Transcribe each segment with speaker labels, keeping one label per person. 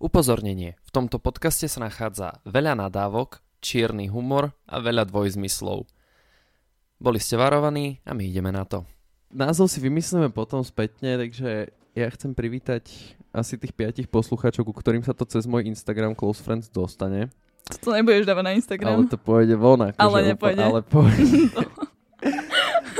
Speaker 1: Upozornenie, v tomto podcaste sa nachádza veľa nadávok, čierny humor a veľa dvojzmyslov. Boli ste varovaní a my ideme na to.
Speaker 2: Názov si vymyslíme potom spätne, takže ja chcem privítať asi tých piatich poslucháčov, ku ktorým sa to cez môj Instagram Close Friends dostane.
Speaker 3: To nebudeš dávať na
Speaker 2: Ale
Speaker 3: Instagram.
Speaker 2: to pôjde von. Akože
Speaker 3: Ale
Speaker 2: úplne-
Speaker 3: nepôjde.
Speaker 2: Ale pôjde.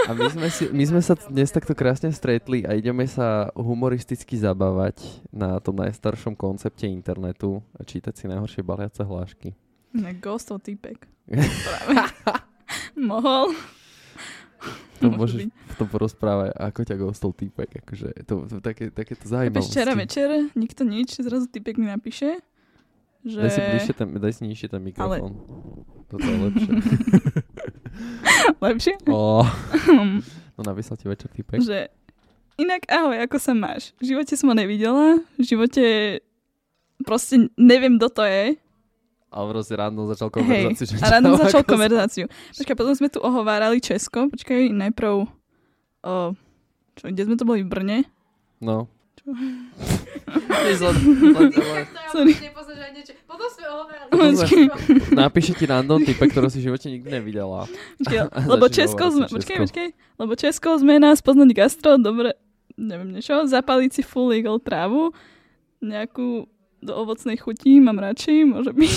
Speaker 2: A my sme, si, my sme sa dnes takto krásne stretli a ideme sa humoristicky zabávať na tom najstaršom koncepte internetu a čítať si najhoršie baliace hlášky.
Speaker 3: Ne, ghost o týpek. Práve. Mohol.
Speaker 2: To
Speaker 3: Môže
Speaker 2: môžeš
Speaker 3: byť.
Speaker 2: v tom porozprávať, ako ťa gostol týpek. Akože to, to, také, také to
Speaker 3: Chápeš,
Speaker 2: zaujímavosti.
Speaker 3: včera večer, nikto nič, zrazu týpek mi napíše, že...
Speaker 2: Daj si, bližšie ten, daj si nižšie ten mikrofón. Toto je lepšie.
Speaker 3: Lepšie?
Speaker 2: Ó. No napísal ti večer týpek.
Speaker 3: Že inak ahoj, ako sa máš? V živote som ho nevidela, v živote proste neviem, kto to je.
Speaker 2: Ale proste ráno začal
Speaker 3: Hej,
Speaker 2: konverzáciu. že
Speaker 3: a ráno
Speaker 2: čau, No,
Speaker 3: začal
Speaker 2: ako sa-
Speaker 3: konverzáciu. Počkaj, potom sme tu ohovárali Česko, počkaj, najprv... O, čo, kde sme to boli? V Brne?
Speaker 2: No.
Speaker 3: Čo? Sorry.
Speaker 4: Sorry. Nepoznáš ani niečo. Potom sme ohovorili.
Speaker 2: Počkej. Napíše ti random typek, ktorého si v živote nikdy nevidela.
Speaker 3: Počkaj,
Speaker 2: A
Speaker 3: lebo
Speaker 2: začni
Speaker 3: Česko
Speaker 2: hovoriť
Speaker 3: sme,
Speaker 2: si
Speaker 3: počkaj,
Speaker 2: Česko.
Speaker 3: počkaj, lebo Česko zmena, spoznať gastro, dobre, neviem niečo, zapaliť si full legal trávu, nejakú do ovocnej chuti, mám radšej, môže byť.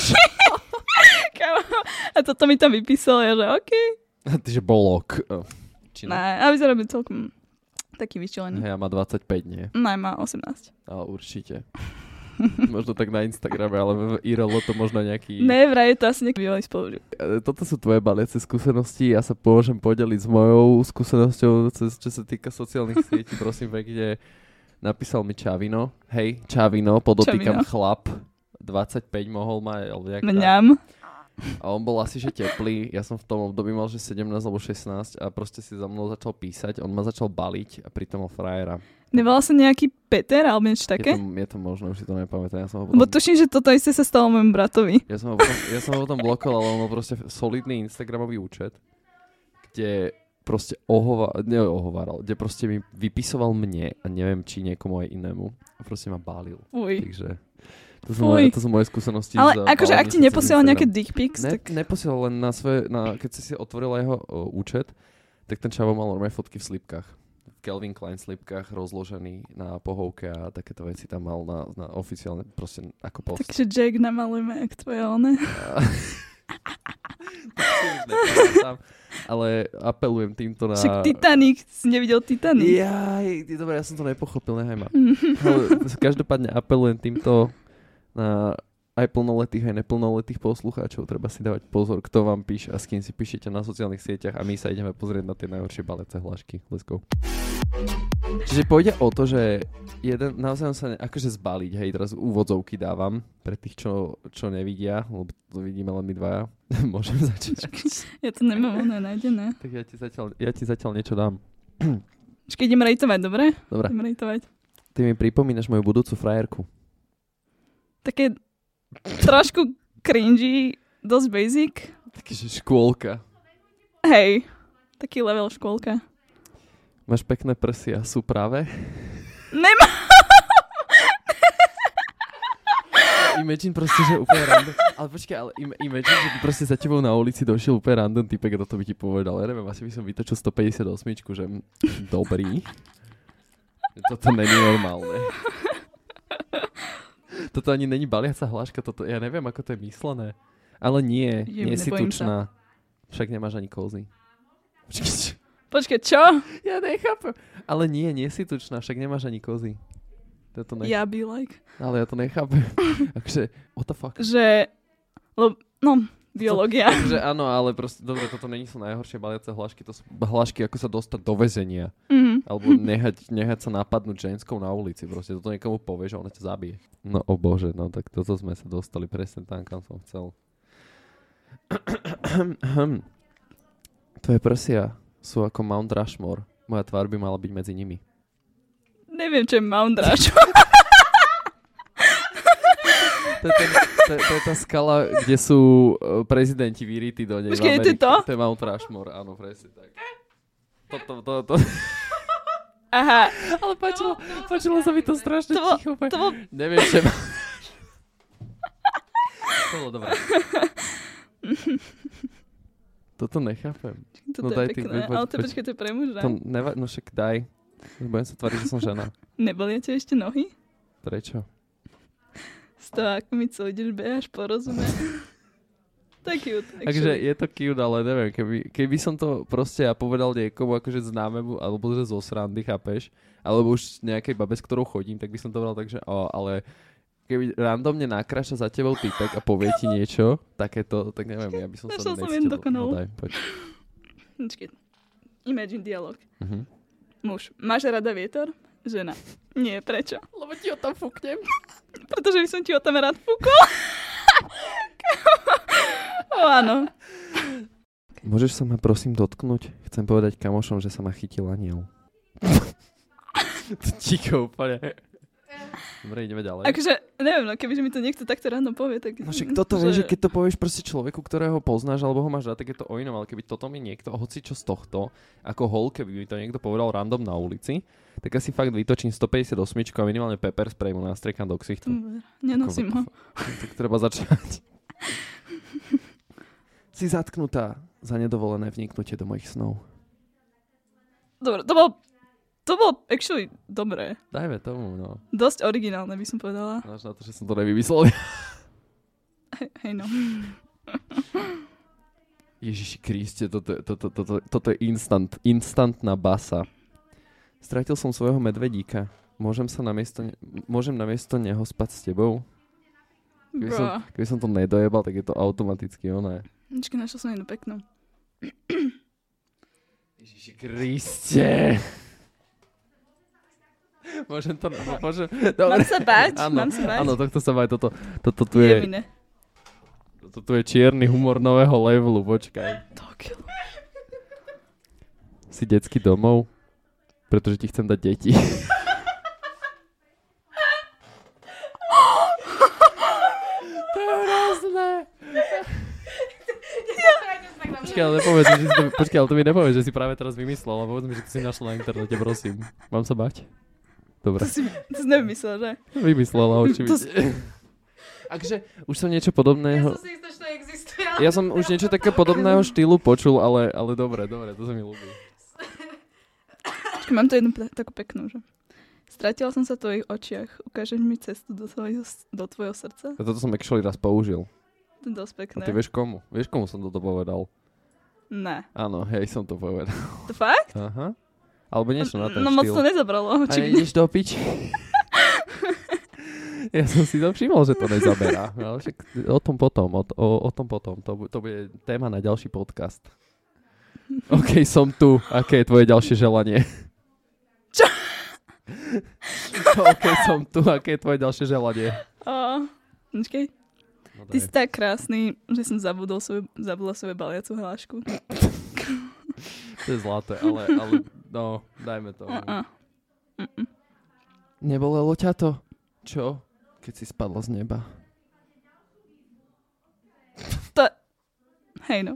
Speaker 3: Kámo, a toto mi tam vypísalo, ja že OK.
Speaker 2: A Ty, že bolok. Či ne?
Speaker 3: Ne, a vyzerá byť celkom taký vyčelený.
Speaker 2: Hej, ja má 25, nie?
Speaker 3: Ne, má 18.
Speaker 2: Ale určite. Možno tak na Instagrame, ale v IRL to možno nejaký...
Speaker 3: Ne, vraj je to asi nejaký bývalý spolužiak.
Speaker 2: E, Toto sú tvoje baliace skúsenosti, ja sa môžem podeliť s mojou skúsenosťou, cez- čo sa týka sociálnych sietí, prosím pekne. Napísal mi Čavino, hej, Čavino, podotýkam
Speaker 3: Čavino.
Speaker 2: chlap, 25 mohol mať, alebo nejak tak.
Speaker 3: Mňam.
Speaker 2: A on bol asi že teplý, ja som v tom období mal že 17 alebo 16 a proste si za mnou začal písať, on ma začal baliť a pritom mal frajera.
Speaker 3: Nevolal sa nejaký Peter alebo niečo
Speaker 2: Je, to,
Speaker 3: také?
Speaker 2: je to možné, už si to nepamätám, ja som ho potom...
Speaker 3: Lebo tuším, že toto isté sa stalo môjmu bratovi.
Speaker 2: Ja som ho potom, ja som ho potom blokoval, ale on mal proste solidný Instagramový účet, kde proste ohova, neohováral, kde proste mi vypisoval mne a neviem, či niekomu aj inému. A proste ma bálil.
Speaker 3: Uj.
Speaker 2: Takže to sú, moje,
Speaker 3: Fuj.
Speaker 2: to sú moje skúsenosti. s,
Speaker 3: Ale
Speaker 2: uh,
Speaker 3: akože
Speaker 2: bálením
Speaker 3: ak
Speaker 2: sa
Speaker 3: ti
Speaker 2: cez
Speaker 3: neposielal
Speaker 2: Instagram.
Speaker 3: nejaké dick pics,
Speaker 2: ne,
Speaker 3: tak...
Speaker 2: Neposielal len na svoje, na, keď si si otvorila jeho o, účet, tak ten čavo mal normálne fotky v slipkách. V Calvin Klein slipkách rozložený na pohovke a takéto veci tam mal na, na oficiálne, proste ako post.
Speaker 3: Takže Jack namalujme, ak tvoje one.
Speaker 2: si už nepamätám, ale apelujem týmto na...
Speaker 3: Však Titanic, si nevidel Titanic.
Speaker 2: Jaj, ty- dobre, ja som to nepochopil, nehaj ma. Ale každopádne apelujem týmto na aj plnoletých, aj neplnoletých poslucháčov. Treba si dávať pozor, kto vám píše a s kým si píšete na sociálnych sieťach a my sa ideme pozrieť na tie najhoršie balece hlášky. Let's go. Čiže pôjde o to, že jeden, naozaj sa ne, akože zbaliť, hej, teraz úvodzovky dávam pre tých, čo, čo nevidia, lebo to vidíme len my dvaja. Môžem začať.
Speaker 3: Ja to nemám ono nájdené.
Speaker 2: Tak ja ti zatiaľ, ja ti zatiaľ niečo dám.
Speaker 3: Počkej, idem rejtovať, dobre?
Speaker 2: Dobre.
Speaker 3: Idem rejtovať.
Speaker 2: Ty mi pripomínaš moju budúcu frajerku.
Speaker 3: Také trošku cringy, dosť basic.
Speaker 2: Takže škôlka.
Speaker 3: Hej, taký level škôlka.
Speaker 2: Máš pekné prsy a sú práve?
Speaker 3: Nemá!
Speaker 2: Imagine proste, že úplne random. Ale počkaj, ale im, imagine, že by proste za tebou na ulici došiel úplne random typek, kto to by ti povedal. Ja neviem, asi by som vytočil 158, že m, dobrý. Toto není normálne. Toto ani není baliaca hláška, toto, ja neviem, ako to je myslené. Ale nie,
Speaker 3: Jem,
Speaker 2: nie si
Speaker 3: nebojím
Speaker 2: tučná. Však nemáš ani kozy. Počkaj,
Speaker 3: Počkaj, čo?
Speaker 2: Ja nechápem. Ale nie, nie si tučná, však nemáš ani kozy. Ja to nech... ja.
Speaker 3: Ja be like.
Speaker 2: Ale ja to nechápem. Akože, what the fuck?
Speaker 3: Že... Lebo, no, biológia.
Speaker 2: Že áno, ale proste, dobre, toto není sú najhoršie baliace hlášky, to sú hlášky, ako sa dostať do väzenia.
Speaker 3: Mhm.
Speaker 2: Alebo nehať, nehať sa napadnúť ženskou na ulici, proste toto niekomu povie, že ona ťa zabije. No o bože, no tak toto sme sa dostali presne tam, kam som chcel. Hm. Tvoje prsia sú ako Mount Rushmore. Moja tvár by mala byť medzi nimi.
Speaker 3: Neviem, čo je Mount Rush.
Speaker 2: To je, ten, to, je- to je tá skala, kde sú eh, prezidenti vyrití do nej. v
Speaker 3: Počkej, to je
Speaker 2: Amerike.
Speaker 3: to?
Speaker 2: To je Mount Rushmore, áno, presne tak. To, to, to, to.
Speaker 3: Aha,
Speaker 2: Ale páčilo, páčilo sa mi to strašne
Speaker 3: To bol-
Speaker 2: ticho. úplne.
Speaker 3: to bol
Speaker 2: Neviem, čo...
Speaker 1: bolo dobré.
Speaker 2: Toto nechápem. No
Speaker 3: Toto je
Speaker 2: daj ty,
Speaker 3: pekné.
Speaker 2: poď, poď,
Speaker 3: ale to
Speaker 2: poď.
Speaker 3: počkaj, to je pre muža.
Speaker 2: To neva... No však daj. Budem sa tváriť, že som žena.
Speaker 3: Nebolia ti ešte nohy?
Speaker 2: Prečo?
Speaker 3: Z toho, ako mi celý deň behaš po rozume. to je cute.
Speaker 2: Takže
Speaker 3: actually.
Speaker 2: je to cute, ale neviem, keby, keby som to proste ja povedal niekomu akože známemu, alebo že zo srandy, chápeš? Alebo už nejakej babe, s ktorou chodím, tak by som to bral tak, že o, ale keby randomne nakráša za tebou typek a povie ti niečo takéto, tak neviem, ja by som sa
Speaker 3: Našla som
Speaker 2: necítil-
Speaker 3: jednu dokonalú.
Speaker 2: No daj, poď.
Speaker 3: Počkej. Imagine dialog.
Speaker 2: Mhm.
Speaker 3: Muž. Máš rada vietor? Žena. Nie, prečo?
Speaker 4: Lebo ti ho tam fúknem.
Speaker 3: Pretože by som ti ho tam rád fúkol. o, áno.
Speaker 2: Môžeš sa ma prosím dotknúť? Chcem povedať kamošom, že sa ma chytil aniel. to ticho úplne. Dobre, ideme ďalej.
Speaker 3: Akože, neviem, no kebyže mi to niekto takto ráno povie, tak...
Speaker 2: No však toto vieš, že keď to povieš proste človeku, ktorého poznáš alebo ho máš rád, tak je to o inom, ale keby toto mi niekto, hoci čo z tohto, ako holke by mi to niekto povedal random na ulici, tak asi fakt vytočím 158 a minimálne pepper spray mu nastriekam do ksichtu.
Speaker 3: Dobre, Nenosím ho.
Speaker 2: Tak treba začať. si zatknutá za nedovolené vniknutie do mojich snov.
Speaker 3: Dobre, to bolo... To bolo actually dobré.
Speaker 2: Dajme tomu, no.
Speaker 3: Dosť originálne by som povedala.
Speaker 2: Až na to, že som to nevymyslel.
Speaker 3: Hej, hej no.
Speaker 2: Ježiši Kriste, toto, toto, toto, toto je instant, instantná basa. Stratil som svojho medvedíka. Môžem sa namiesto, ne- môžem namiesto neho spať s tebou? Keby som,
Speaker 3: Bro.
Speaker 2: keby som to nedojebal, tak je to automaticky oné.
Speaker 3: Počkaj, našla som jednu peknú.
Speaker 2: Ježiši Kriste. Môžem to... Môžem,
Speaker 3: Mám
Speaker 2: dobre.
Speaker 3: sa báť?
Speaker 2: Áno,
Speaker 3: Mám sa báť?
Speaker 2: Áno, tohto sa baj, toto, toto tu
Speaker 3: je.
Speaker 2: je, toto tu je čierny humor nového levelu, počkaj.
Speaker 3: Tokio.
Speaker 2: Si detský domov, pretože ti chcem dať deti. Počkaj, ale nepovedz mi, že si to, počkaj, ale to mi nepovedz, že si práve teraz vymyslel, ale povedz mi, že to si našla na internete, prosím. Mám sa bať?
Speaker 3: To
Speaker 2: Dobre,
Speaker 3: si, to si nevymyslel, že?
Speaker 2: vymyslela
Speaker 3: To
Speaker 2: očividne.
Speaker 3: si-
Speaker 2: Akže už som niečo
Speaker 4: Ja
Speaker 2: podobného...
Speaker 4: som si istá, že to existuje. ale-
Speaker 2: Ja som už niečo také podobného štýlu počul, ale, ale dobre, dobre, to sa mi ľúbi.
Speaker 3: Počkaj, mám tu jednu pe- takú peknú, že? Stratila som sa v tvojich očiach. Ukážeš mi cestu do, svojho, s- do tvojho srdca?
Speaker 2: A toto som actually raz použil.
Speaker 3: To je dosť
Speaker 2: A
Speaker 3: pekné.
Speaker 2: ty vieš komu? Vieš komu som toto povedal?
Speaker 3: Ne.
Speaker 2: Áno, hej, som to povedal.
Speaker 3: To fakt?
Speaker 2: Aha. Alebo niečo na ten
Speaker 3: no moc
Speaker 2: štýl.
Speaker 3: to nezabralo,
Speaker 2: A
Speaker 3: očividne.
Speaker 2: nejdeš do piči? ja som si to všimol, že to nezaberá. No, Ale však o tom potom, o, o, o tom potom. To, bu- to bude téma na ďalší podcast. OK, som tu. Aké je tvoje ďalšie želanie?
Speaker 3: Čo?
Speaker 2: OK, som tu. Aké je tvoje ďalšie želanie?
Speaker 3: Á, Počkej,
Speaker 2: No,
Speaker 3: ty si tak krásny, že som zabudol svoju, zabudla svoju baliacu hlášku.
Speaker 2: To je zlaté, ale, ale no, dajme to.
Speaker 3: Uh-uh.
Speaker 2: Nebolo ťa to? Čo? Keď si spadla z neba.
Speaker 3: Hej no.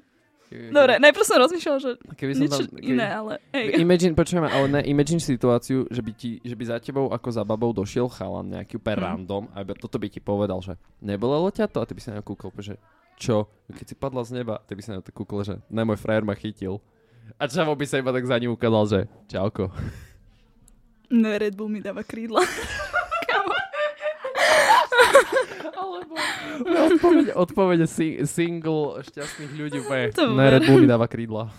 Speaker 3: Dobre, najprv som rozmýšľal, že
Speaker 2: keby som
Speaker 3: niečo
Speaker 2: tam, keby,
Speaker 3: iné, ale hej.
Speaker 2: No, Imagine, počujem, ale ne, imagine situáciu, že by, ti, že by za tebou ako za babou došiel chalan nejaký úplne
Speaker 3: Mhm.
Speaker 2: random a iba toto by ti povedal, že nebolelo ťa to a ty by sa na ňa kúkol, že čo? Keď si padla z neba, ty by sa na to kúkol, že ne, môj frajer ma chytil. A Čavo by sa iba tak za ním ukázal, že čauko.
Speaker 3: No, Red Bull mi dáva krídla. Kamo.
Speaker 2: Odpovede, odpovede si, single šťastných ľudí úplne.
Speaker 3: To
Speaker 2: Ne,
Speaker 3: ber.
Speaker 2: Red Bull mi dáva krídla.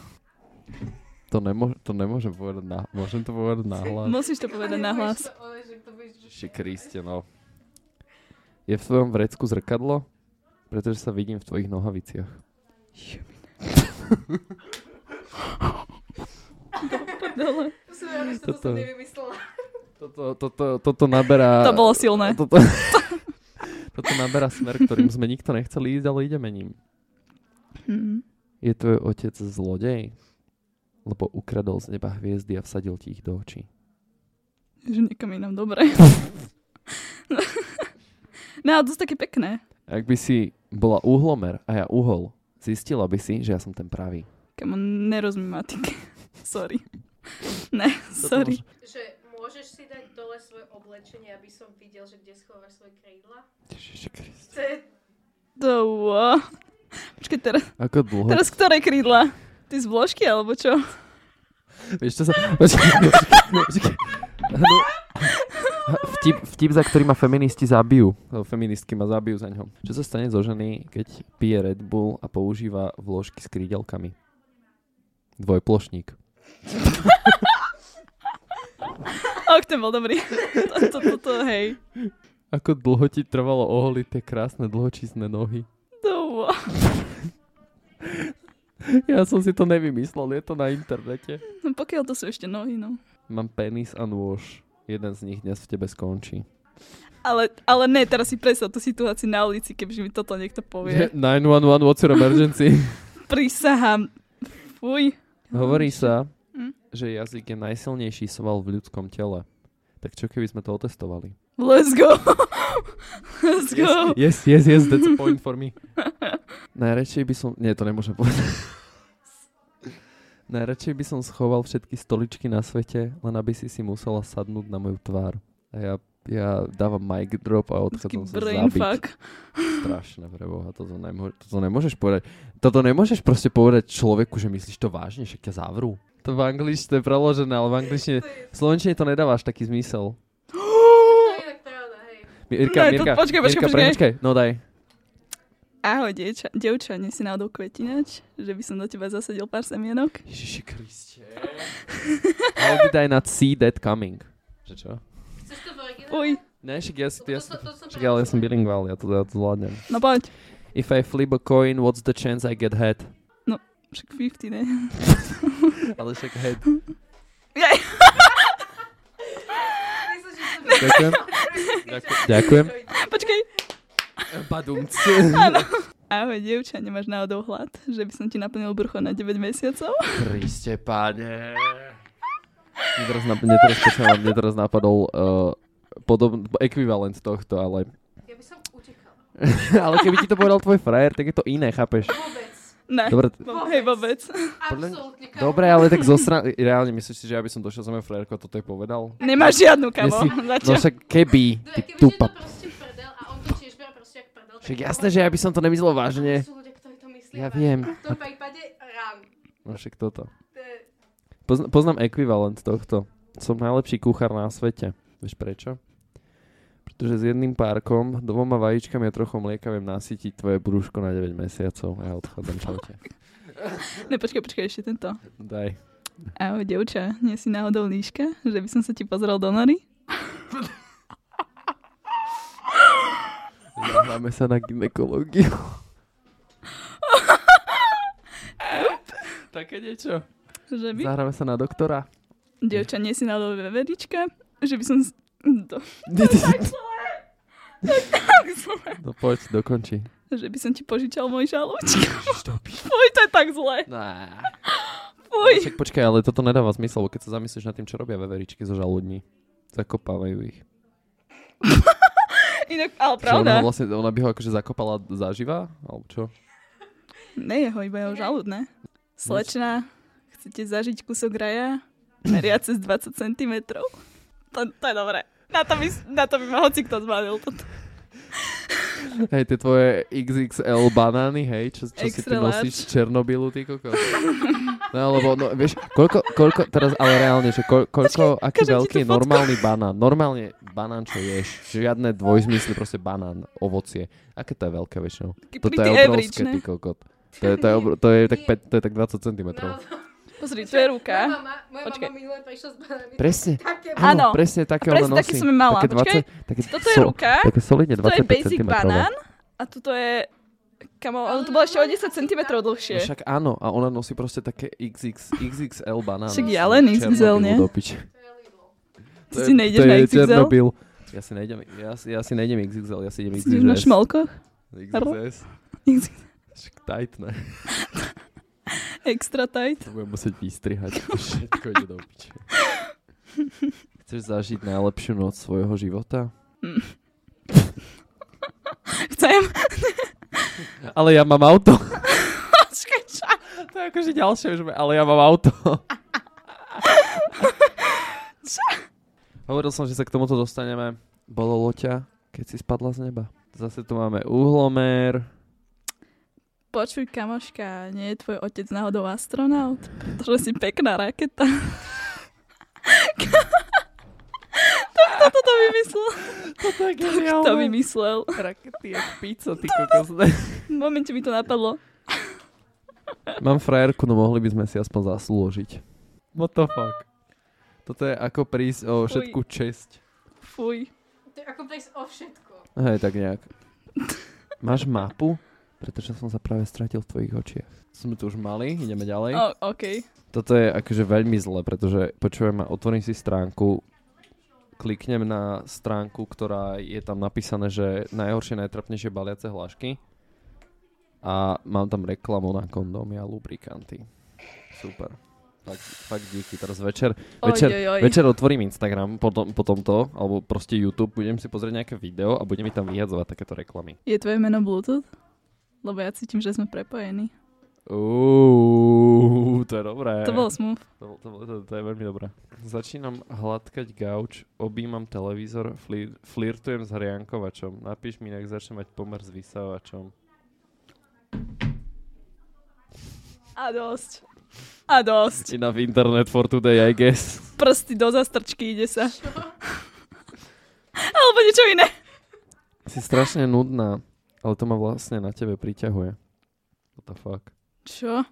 Speaker 2: To, nemô, to nemôžem povedať na, môžem to povedať na hlas.
Speaker 3: Musíš to povedať
Speaker 4: Ale
Speaker 3: na
Speaker 4: nebudeš
Speaker 3: hlas.
Speaker 4: to- ale že to budeš-
Speaker 2: Ježiši Kriste, no. Je v tvojom vrecku zrkadlo? Pretože sa vidím v tvojich nohaviciach.
Speaker 3: Dole.
Speaker 4: Musím hovoriť, že toto
Speaker 2: Toto-
Speaker 4: som nevymyslela.
Speaker 2: Toto, toto, toto naberá...
Speaker 3: To bolo silné.
Speaker 2: Toto, toto naberá smer, ktorým sme nikto nechceli ísť, ale ideme ním.
Speaker 3: Mhm.
Speaker 2: Je tvoj otec zlodej? Lebo ukradol z neba hviezdy a vsadil ti ich do očí.
Speaker 3: Že niekam inám dobre. No, ale dosť také pekné.
Speaker 2: Ak by si bola uhlomer a ja uhol, zistila by si, že ja som ten pravý.
Speaker 3: Kamo, nerozumiem matike. Sorry. Ne, sorry.
Speaker 4: Že môžeš si dať dole svoje oblečenie, aby som videl, že kde schováš svoje krídla?
Speaker 2: Ježiši Kriste.
Speaker 4: To je
Speaker 3: To wow. Počkaj, teraz,
Speaker 2: Ako dlho?
Speaker 3: teraz ktoré krídla? Ty z vložky, alebo čo?
Speaker 2: Vieš, čo sa... Počkaj, počkaj, počkaj. No, vtip, vtip, za ktorý ma feministi zabijú. Lebo Feministky ma zabijú za ňom. Čo sa stane zo ženy, keď pije Red Bull a používa vložky s krídelkami? Dvojplošník.
Speaker 3: Och, ten bol dobrý. To, to, to, to hej.
Speaker 2: Ako dlho ti trvalo oholiť tie krásne dlhočísne nohy?
Speaker 3: To wow.
Speaker 2: Ja som si to nevymyslel, je to na internete.
Speaker 3: No pokiaľ to sú ešte nohy, no.
Speaker 2: Mám penis a nôž. Jeden z nich dnes v tebe skončí.
Speaker 3: Ale, ale ne, teraz si predstav tú situáciu na ulici, kebyže mi toto niekto povie.
Speaker 2: 911, what's your emergency?
Speaker 3: Prisahám. Fuj.
Speaker 2: Hovorí sa,
Speaker 3: Hm?
Speaker 2: že jazyk je najsilnejší sval v ľudskom tele. Tak čo keby sme to otestovali?
Speaker 3: Let's go. Let's go.
Speaker 2: yes, yes, yes, that's a point for me. Najradšej by som... Nie, to nemôžem povedať. Najradšej by som schoval všetky stoličky na svete, len aby si si musela sadnúť na moju tvár. A ja, ja dávam mic drop a
Speaker 3: Taký
Speaker 2: odchádzam sa zabiť.
Speaker 3: brainfuck.
Speaker 2: Strašné preboha, toto, nemô- toto nemôžeš povedať. Toto nemôžeš proste povedať človeku, že myslíš to vážne, však ťa zavrú. To v angličtine je preložené, ale v angličtine...
Speaker 4: To je,
Speaker 2: V slovenčine to nedávaš taký zmysel.
Speaker 4: to je inak pravda, hej.
Speaker 2: Mirka,
Speaker 3: Ne, to-
Speaker 2: Mirka,
Speaker 3: počkaj, počkaj,
Speaker 2: Mirka,
Speaker 3: počkaj.
Speaker 2: premečkaj. No daj.
Speaker 3: Ahoj, dievča, dievča, nie si náhodou kvetinač? Že by som do teba zasadil pár semienok?
Speaker 2: Ježiši Kriste. How did I not see that coming? Že čo?
Speaker 4: Chceš to v originále?
Speaker 3: Uj,
Speaker 2: Ne, však ja, si-
Speaker 4: Lebo
Speaker 2: ja,
Speaker 4: to,
Speaker 2: som-
Speaker 4: to, to som
Speaker 2: však, ale ja som
Speaker 4: prečítala.
Speaker 2: bilingvál, ja to, ja to zvládnem.
Speaker 3: no poď.
Speaker 2: If I flip a coin, what's the chance I get head?
Speaker 3: Však 50, ne?
Speaker 2: Ale však head.
Speaker 3: Jej.
Speaker 4: Myslím, že som
Speaker 2: Ďakujem.
Speaker 4: Ďakujem.
Speaker 2: Ďakujem.
Speaker 3: Počkaj.
Speaker 2: Badumc.
Speaker 3: Ahoj, dievča, nemáš náhodou hlad? Že by som ti naplnil brucho na 9 mesiacov?
Speaker 2: Kriste, páne. Mne teraz, nap- mne teraz, počúvam, mne teraz napadol uh, podobný, ekvivalent tohto, ale...
Speaker 4: Ja by som utekala.
Speaker 2: ale keby ti to povedal tvoj frajer, tak je to iné, chápeš?
Speaker 4: Vôbec.
Speaker 3: Ne.
Speaker 2: Dobre,
Speaker 3: Vo- Hej, vôbec.
Speaker 4: Absolutne. kámo.
Speaker 2: Dobre, ale tak zostra... Reálne myslíš si, že ja by som došiel za mojou frajerku a toto je povedal?
Speaker 3: Nemáš žiadnu, kamo.
Speaker 2: si- No
Speaker 3: Zatiaľ.
Speaker 2: však keby,
Speaker 4: Dobre,
Speaker 2: ty
Speaker 4: kebyže je to
Speaker 2: tupa.
Speaker 4: proste prdel a on to tiež bere proste jak prdel. tak
Speaker 2: Však
Speaker 4: to-
Speaker 2: jasné, že ja by som to nemyslel vážne.
Speaker 4: Sú ľudia, ktorí to myslia.
Speaker 2: Ja
Speaker 4: vážne.
Speaker 2: viem.
Speaker 4: V tom prípade rám.
Speaker 2: No však toto.
Speaker 4: To je-
Speaker 2: Pozn- poznám ekvivalent tohto. Som najlepší kuchár na svete. Vieš prečo? Pretože s jedným párkom, dvoma vajíčkami a trochou mlieka viem nasytiť tvoje brúško na 9 mesiacov. A ja odchádzam, čaute.
Speaker 3: Ne, počkaj, počkaj, ešte tento.
Speaker 2: Daj.
Speaker 3: Ahoj, dievča, nie si náhodou líška? Že by som sa ti pozrel do nory?
Speaker 2: Zahráme sa na ginekológiu. Také niečo.
Speaker 3: Že by?
Speaker 2: Zahráme sa na doktora.
Speaker 3: Dievča, nie si náhodou veverička? Že by som... s- Do...
Speaker 2: No poď, dokonči.
Speaker 3: Že by som ti požičal môj žalúčik? Fuj, to je tak zlé. Fuj.
Speaker 2: Však počkaj, ale toto nedáva zmysel, lebo keď sa zamyslíš nad tým, čo robia veveričky so žalúdmi. Zakopávajú ich.
Speaker 3: Inak,
Speaker 2: Že Ona, ho
Speaker 3: ale pravda.
Speaker 2: vlastne, ona by ho akože zakopala zaživa? Alebo čo?
Speaker 3: Ne jeho, iba jeho žalúd, ne? Slečná, chcete zažiť kúsok raja? Meriac cez 20 cm? To, to je dobré. Na to by, na to by ma hoci kto zbalil. Toto.
Speaker 2: Hej, tie tvoje XXL banány, hej, čo, čo si ty
Speaker 3: Extra large.
Speaker 2: nosíš z Černobylu, ty kokos. No lebo, no vieš, koľko, koľko, teraz ale reálne, že koľ, koľko, aký
Speaker 3: ukážem ti
Speaker 2: veľký
Speaker 3: tú
Speaker 2: je
Speaker 3: fotku.
Speaker 2: normálny banán, normálne banán, čo ješ, žiadne dvojzmysly, proste banán, ovocie. Aké to je veľké väčšinou? Toto je
Speaker 3: Pretty average,
Speaker 2: obrovské,
Speaker 3: ne?
Speaker 2: ty kokot. To je, to je, obr- to je, tak,
Speaker 4: Nie.
Speaker 2: päť- to je tak 20 cm.
Speaker 3: No.
Speaker 4: Naozaj.
Speaker 3: Pozri, to je
Speaker 4: no, Moja
Speaker 3: ruka.
Speaker 4: mama, moja
Speaker 3: Počkaj.
Speaker 4: mama minule prišla s banami.
Speaker 2: Presne.
Speaker 4: Také
Speaker 3: Áno.
Speaker 2: presne také
Speaker 3: presne
Speaker 2: ona nosí.
Speaker 3: také som ju mala,
Speaker 2: Také
Speaker 3: počkaj.
Speaker 2: 20, také
Speaker 3: Toto je ruka,
Speaker 2: Také solidne 25
Speaker 3: to je basic
Speaker 2: cm.
Speaker 3: banán a tuto je... Kamo, ono to bolo ešte o 10 cm
Speaker 2: No
Speaker 3: dlhšie.
Speaker 2: však áno, a ona nosí proste také XX, XXL banán.
Speaker 3: Však ja len XXL, nie? Ty si nejdeš na XXL?
Speaker 2: Černobyl. Ja si nejdem, ja, si- ja si nejdem XXL, ja si idem
Speaker 3: Si ideš na
Speaker 2: XXS.
Speaker 3: šmalkoch?
Speaker 2: XXS.
Speaker 3: XXS.
Speaker 2: Však tight, ne?
Speaker 3: Extra tight.
Speaker 2: To budem musieť vystrihať. Všetko ide do piče. Chceš zažiť najlepšiu noc svojho života?
Speaker 3: Chcem.
Speaker 2: Ale ja mám auto.
Speaker 3: Počkaj, čo?
Speaker 2: To je akože ďalšie už, ale ja mám auto. Hovoril som, že sa k tomuto dostaneme. Bolo loťa, keď si spadla z neba. Zase tu máme uhlomer,
Speaker 3: Počuj, kamoška, nie je tvoj otec náhodou astronaut? Pretože si pekná raketa. to, to, to vymyslel.
Speaker 2: Toto je
Speaker 3: To vymyslel.
Speaker 2: Rakety jak pizza, ty kokos. ne?
Speaker 3: V momente mi to napadlo.
Speaker 2: Mám frajerku, no mohli by sme si aspoň zaslúžiť. What the fuck? Toto je ako prísť o všetku česť.
Speaker 3: Fuj.
Speaker 4: To je ako prejsť o všetko.
Speaker 2: Hej, tak nejak. Máš mapu? Pretože som sa práve stratil v tvojich očiach. Sme tu už mali, ideme ďalej.
Speaker 3: O, OK.
Speaker 2: Toto je akože veľmi zle, pretože počujem, otvorím si stránku, kliknem na stránku, ktorá je tam napísané, že najhoršie, najtrapnejšie baliace hlášky a mám tam reklamu na kondómy a lubrikanty. Super. Fakt, fakt díky. Teraz večer,
Speaker 3: Oj,
Speaker 2: večer,
Speaker 3: oj, oj.
Speaker 2: večer otvorím Instagram po, tom, po tomto, alebo proste YouTube, budem si pozrieť nejaké video a budem mi tam vyhadzovať takéto reklamy.
Speaker 3: Je tvoje meno Bluetooth? Lebo ja cítim, že sme prepojení.
Speaker 2: Uuu, to je dobré.
Speaker 3: To bol smooth.
Speaker 2: To, bol- to, bol- to, to je veľmi dobré. Začínam hladkať gauč, objímam televízor, flir, flirtujem s hriankovačom. Napíš mi, ak začne mať pomer s vysávačom.
Speaker 3: A dosť. A dosť.
Speaker 2: Enough internet for today, I guess.
Speaker 3: Prsty do zastrčky, ide sa. Alebo niečo iné.
Speaker 2: Si strašne nudná, ale to ma vlastne na tebe priťahuje. What the fuck?
Speaker 3: Čo?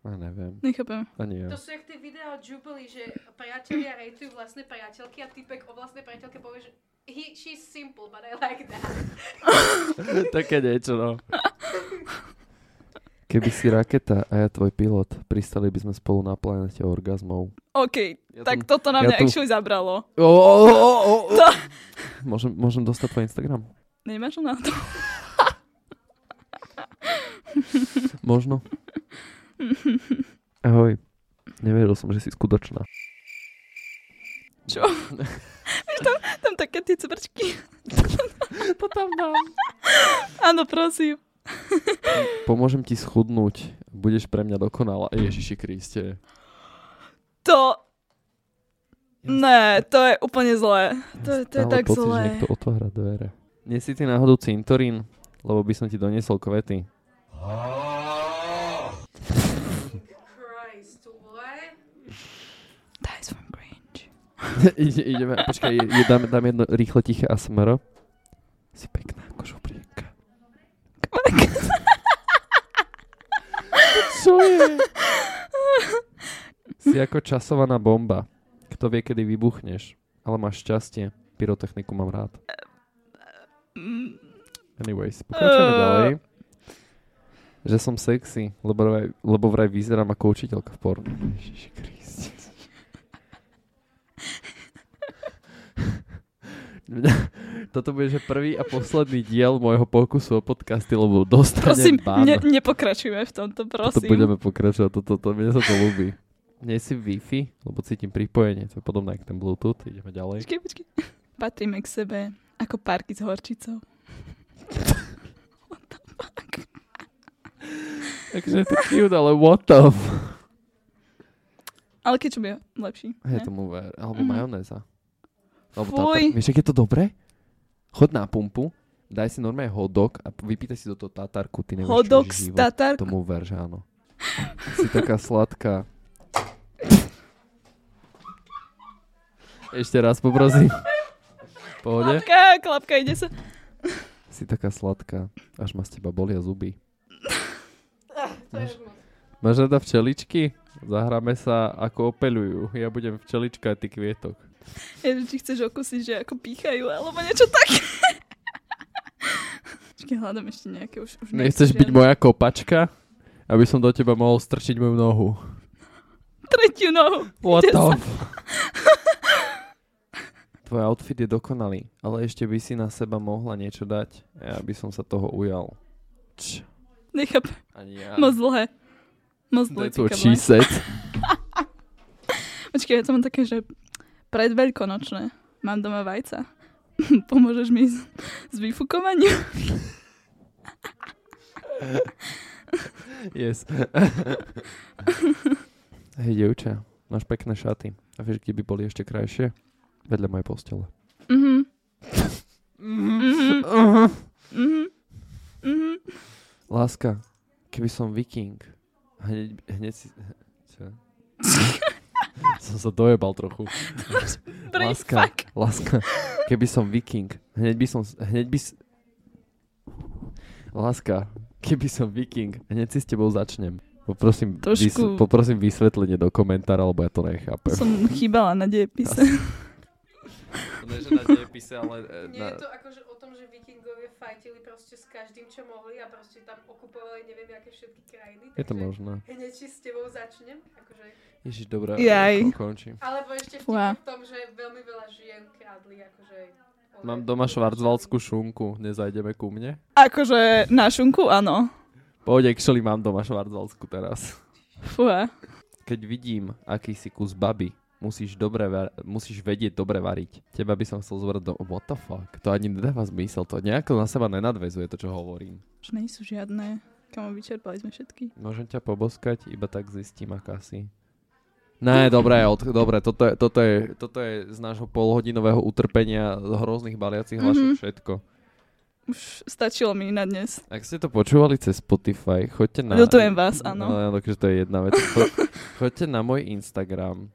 Speaker 2: Ja neviem.
Speaker 3: Nechápem.
Speaker 2: Ani
Speaker 4: To
Speaker 2: ja.
Speaker 4: sú jak tie videá od Jubilee, že priatelia rejtujú vlastné priateľky a typek o vlastnej priateľke povie, že He, she's simple, but I like that.
Speaker 2: Také niečo, no. Keby si raketa a ja tvoj pilot, pristali by sme spolu na planete orgazmov.
Speaker 3: OK,
Speaker 2: Ja tam-
Speaker 3: tak Oh, toto na
Speaker 2: ja
Speaker 3: mňa
Speaker 2: tu-
Speaker 3: actually zabralo.
Speaker 2: O, o, o, o, o.
Speaker 3: To-
Speaker 2: Môžem, môžem dostať tvoj Instagram?
Speaker 3: Nemáš na to?
Speaker 2: Možno. Ahoj. Neveril som, že si skutočná.
Speaker 3: Čo? Vieš, tam, tam také tie cvrčky.
Speaker 2: To tam dám.
Speaker 3: Áno, prosím.
Speaker 2: Pomôžem ti schudnúť. Budeš pre mňa dokonalá. Ježiši Kriste.
Speaker 3: To... Ne, to je úplne zlé. To, je- to je
Speaker 2: Stále
Speaker 3: tak
Speaker 2: pocit,
Speaker 3: zlé.
Speaker 2: že niekto otvára dvere. Nie si ty náhodou cintorín? Lebo by som ti doniesol kvety.
Speaker 4: Christ, what?
Speaker 3: Dies from cringe.
Speaker 2: Ide, ideme, počkaj, je, je, dám, dám jedno rýchlo tiché ASMR. Si pekná ako žubrienka. Čo je? Si ako časovaná bomba. Kto vie, kedy vybuchneš. Ale máš šťastie. Pyrotechniku mám rád.
Speaker 3: Mm,
Speaker 2: Anyways, pokračujeme
Speaker 3: Eh.
Speaker 2: ďalej. Že som sexy, lebo vraj, lebo vraj vyzerám ako učiteľka v porne. Ježiši Kriste. Mňa- Toto bude že prvý a posledný diel môjho pokusu o podcasty, lebo dostanem
Speaker 3: Prosím,
Speaker 2: ban.
Speaker 3: ne, nepokračujme v
Speaker 2: Toto
Speaker 3: tomto, prosím.
Speaker 2: budeme pokračovať, toto, to, mne sa to ľúbi. Nie si Wi-Fi, lebo cítim pripojenie, to je podobné ako ten Bluetooth, ideme ďalej.
Speaker 3: Počkej, počkej. Patríme k sebe ako parky s horčicou.
Speaker 2: Takže to cute, ale what the f-
Speaker 3: Ale kečup je lepší.
Speaker 2: Hej,
Speaker 3: ne?
Speaker 2: tomu ver, alebo
Speaker 3: Mhm.
Speaker 2: majonéza. Alebo
Speaker 3: Fuj.
Speaker 2: tatar. Vieš, ak je to dobré? Chod na pumpu, daj si normálne hodok a vypýtaj si do toho tatarku. Ty nevieš,
Speaker 3: Hodok
Speaker 2: čo je
Speaker 3: z
Speaker 2: život.
Speaker 3: Tatar.
Speaker 2: Tomu ver, že áno. Si taká sladká. Ešte raz poprosím. V Pohode?
Speaker 3: Klapka, klapka, ide sa.
Speaker 2: Si taká sladká, až ma z teba bolia zuby.
Speaker 4: To je moc.
Speaker 2: Máš rada včeličky? Zahráme sa, ako opelujú. Ja budem včelička a ty kvietok.
Speaker 3: Ja, že či chceš okusiť, že ako pýchajú, alebo niečo také. Počkej, hľadám ešte nejaké už. už
Speaker 2: Nechceš
Speaker 3: nájsem
Speaker 2: byť
Speaker 3: žiadne.
Speaker 2: moja kopačka? Aby som do teba mohol strčiť moju nohu.
Speaker 3: Tretiu nohu.
Speaker 2: What
Speaker 3: Ide sa.
Speaker 2: the Tvoj outfit je dokonalý, ale ešte by si na seba mohla niečo dať. Ja by som sa toho ujal. Č.
Speaker 3: Nechap,
Speaker 2: Ani ja.
Speaker 3: moc dlhé. Moc
Speaker 2: To
Speaker 3: dlhé.
Speaker 2: je tvoj
Speaker 3: ty kabele.
Speaker 2: čísec.
Speaker 3: Počkej, ja to mám také, že predveľkonočné. Mám doma vajca. Pomôžeš mi s, s vyfukovaním?
Speaker 2: Yes. Hej, dievča, máš pekné šaty. A vieš, kde by boli ešte krajšie? Vedľa mojej postele.
Speaker 3: Mhm. Mhm. Mhm. Mhm.
Speaker 2: Láska, keby som viking. Hneď, hneď si... Čo? som sa dojebal trochu.
Speaker 3: Pri,
Speaker 2: Láska,
Speaker 3: fuck.
Speaker 2: láska. Keby som viking, hneď by som, hneď by... s- Láska, keby som viking, hneď si s tebou začnem. Poprosím, vys-
Speaker 3: Trošku-
Speaker 2: poprosím vysvetlenie do komentára, lebo ja to nechápem.
Speaker 3: Som chýbala na dejepise.
Speaker 2: Ne, že na dejepise, ale... e,
Speaker 4: Nie je to akože o tom, že vikingovia fajtili proste s každým, čo mohli a proste tam okupovali neviem, aké všetky krajiny.
Speaker 2: Je to
Speaker 4: takže
Speaker 2: možné.
Speaker 4: Hneď či s tebou začnem, akože...
Speaker 2: Ježiš, dobré,
Speaker 3: Jaj.
Speaker 2: ko- končím.
Speaker 4: Alebo ešte vtip
Speaker 3: Fua.
Speaker 4: v tom, že veľmi veľa žien kradli, akože... one-
Speaker 2: Mám doma švarcvaldskú šunku, nezajdeme ku mne?
Speaker 3: Akože na šunku, áno.
Speaker 2: Poď, actually mám doma švarcvaldskú teraz.
Speaker 3: Fúha.
Speaker 2: Keď vidím, aký si kus baby, musíš, dobre va- musíš vedieť dobre variť. Teba by som chcel zvrať do... What the fuck? To ani nedáva zmysel, to nejako na seba nenadvezuje to, čo hovorím.
Speaker 3: Už nie sú žiadne. Kamo, vyčerpali sme všetky.
Speaker 2: Môžem ťa poboskať, iba tak zistím, aká si. Ne, dobré, od, dobré toto, je, toto, je, toto je z nášho polhodinového utrpenia, hrozných baliacich hlašok,
Speaker 3: Mhm.
Speaker 2: všetko.
Speaker 3: Už stačilo mi na dnes.
Speaker 2: Ak ste to počúvali cez Spotify, choďte na...
Speaker 3: Ľutujem vás, áno.
Speaker 2: No, áno, takže to je jedna vec. Cho- choďte na môj Instagram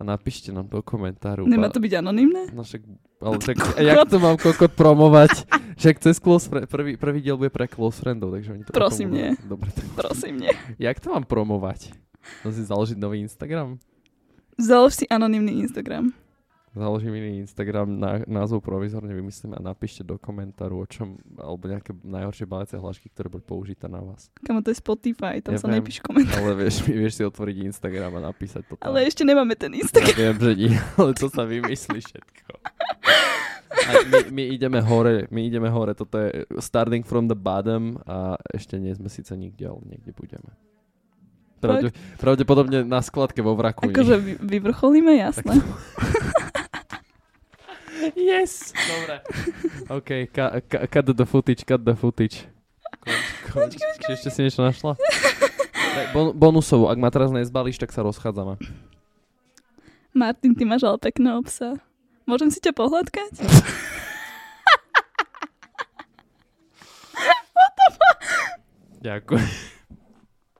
Speaker 2: a napíšte nám do komentáru.
Speaker 3: Nemá
Speaker 2: ba-
Speaker 3: to byť anonimné?
Speaker 2: No však, ale tak, a jak to mám kokot promovať? Však cez close friend, prvý, prvý diel bude pre close friendov, takže oni to...
Speaker 3: Prosím,
Speaker 2: nepomohli.
Speaker 3: nie.
Speaker 2: Dobre, tak
Speaker 3: Prosím, nie.
Speaker 2: jak to mám promovať? Mám si založiť nový Instagram?
Speaker 3: Založ si anonimný Instagram.
Speaker 2: Založím iný Instagram, na, názov provizorne vymyslím a napíšte do komentáru o čom, alebo nejaké najhoršie balacie hlášky, ktoré boli použité na vás.
Speaker 3: Kamo, to je Spotify, tam
Speaker 2: Ja
Speaker 3: sa
Speaker 2: viem.
Speaker 3: nepíš koment.
Speaker 2: Ale vieš, mi- vieš si otvoriť Instagram a napísať to tam.
Speaker 3: Ale ešte nemáme ten
Speaker 2: ja
Speaker 3: Instagram.
Speaker 2: viem, že nie, ale to sa vymyslí všetko. A my, my, ideme hore, my ideme hore, toto je starting from the bottom a ešte nie sme síce nikde, ale niekde budeme. Pravde, pravdepodobne na skladke vo vraku.
Speaker 3: Akože vy, vyvrcholíme, jasné.
Speaker 2: Yes! Dobre. OK, ka- ka- cut the footage, cut the footage. Konč, konč. Či ešte si niečo našla? Tak, bon- bonusovú, ak ma teraz nezbalíš, tak sa rozchádzame.
Speaker 3: Martin, ty máš ale pekného psa. Môžem si ťa pohľadkať?
Speaker 2: Ďakujem.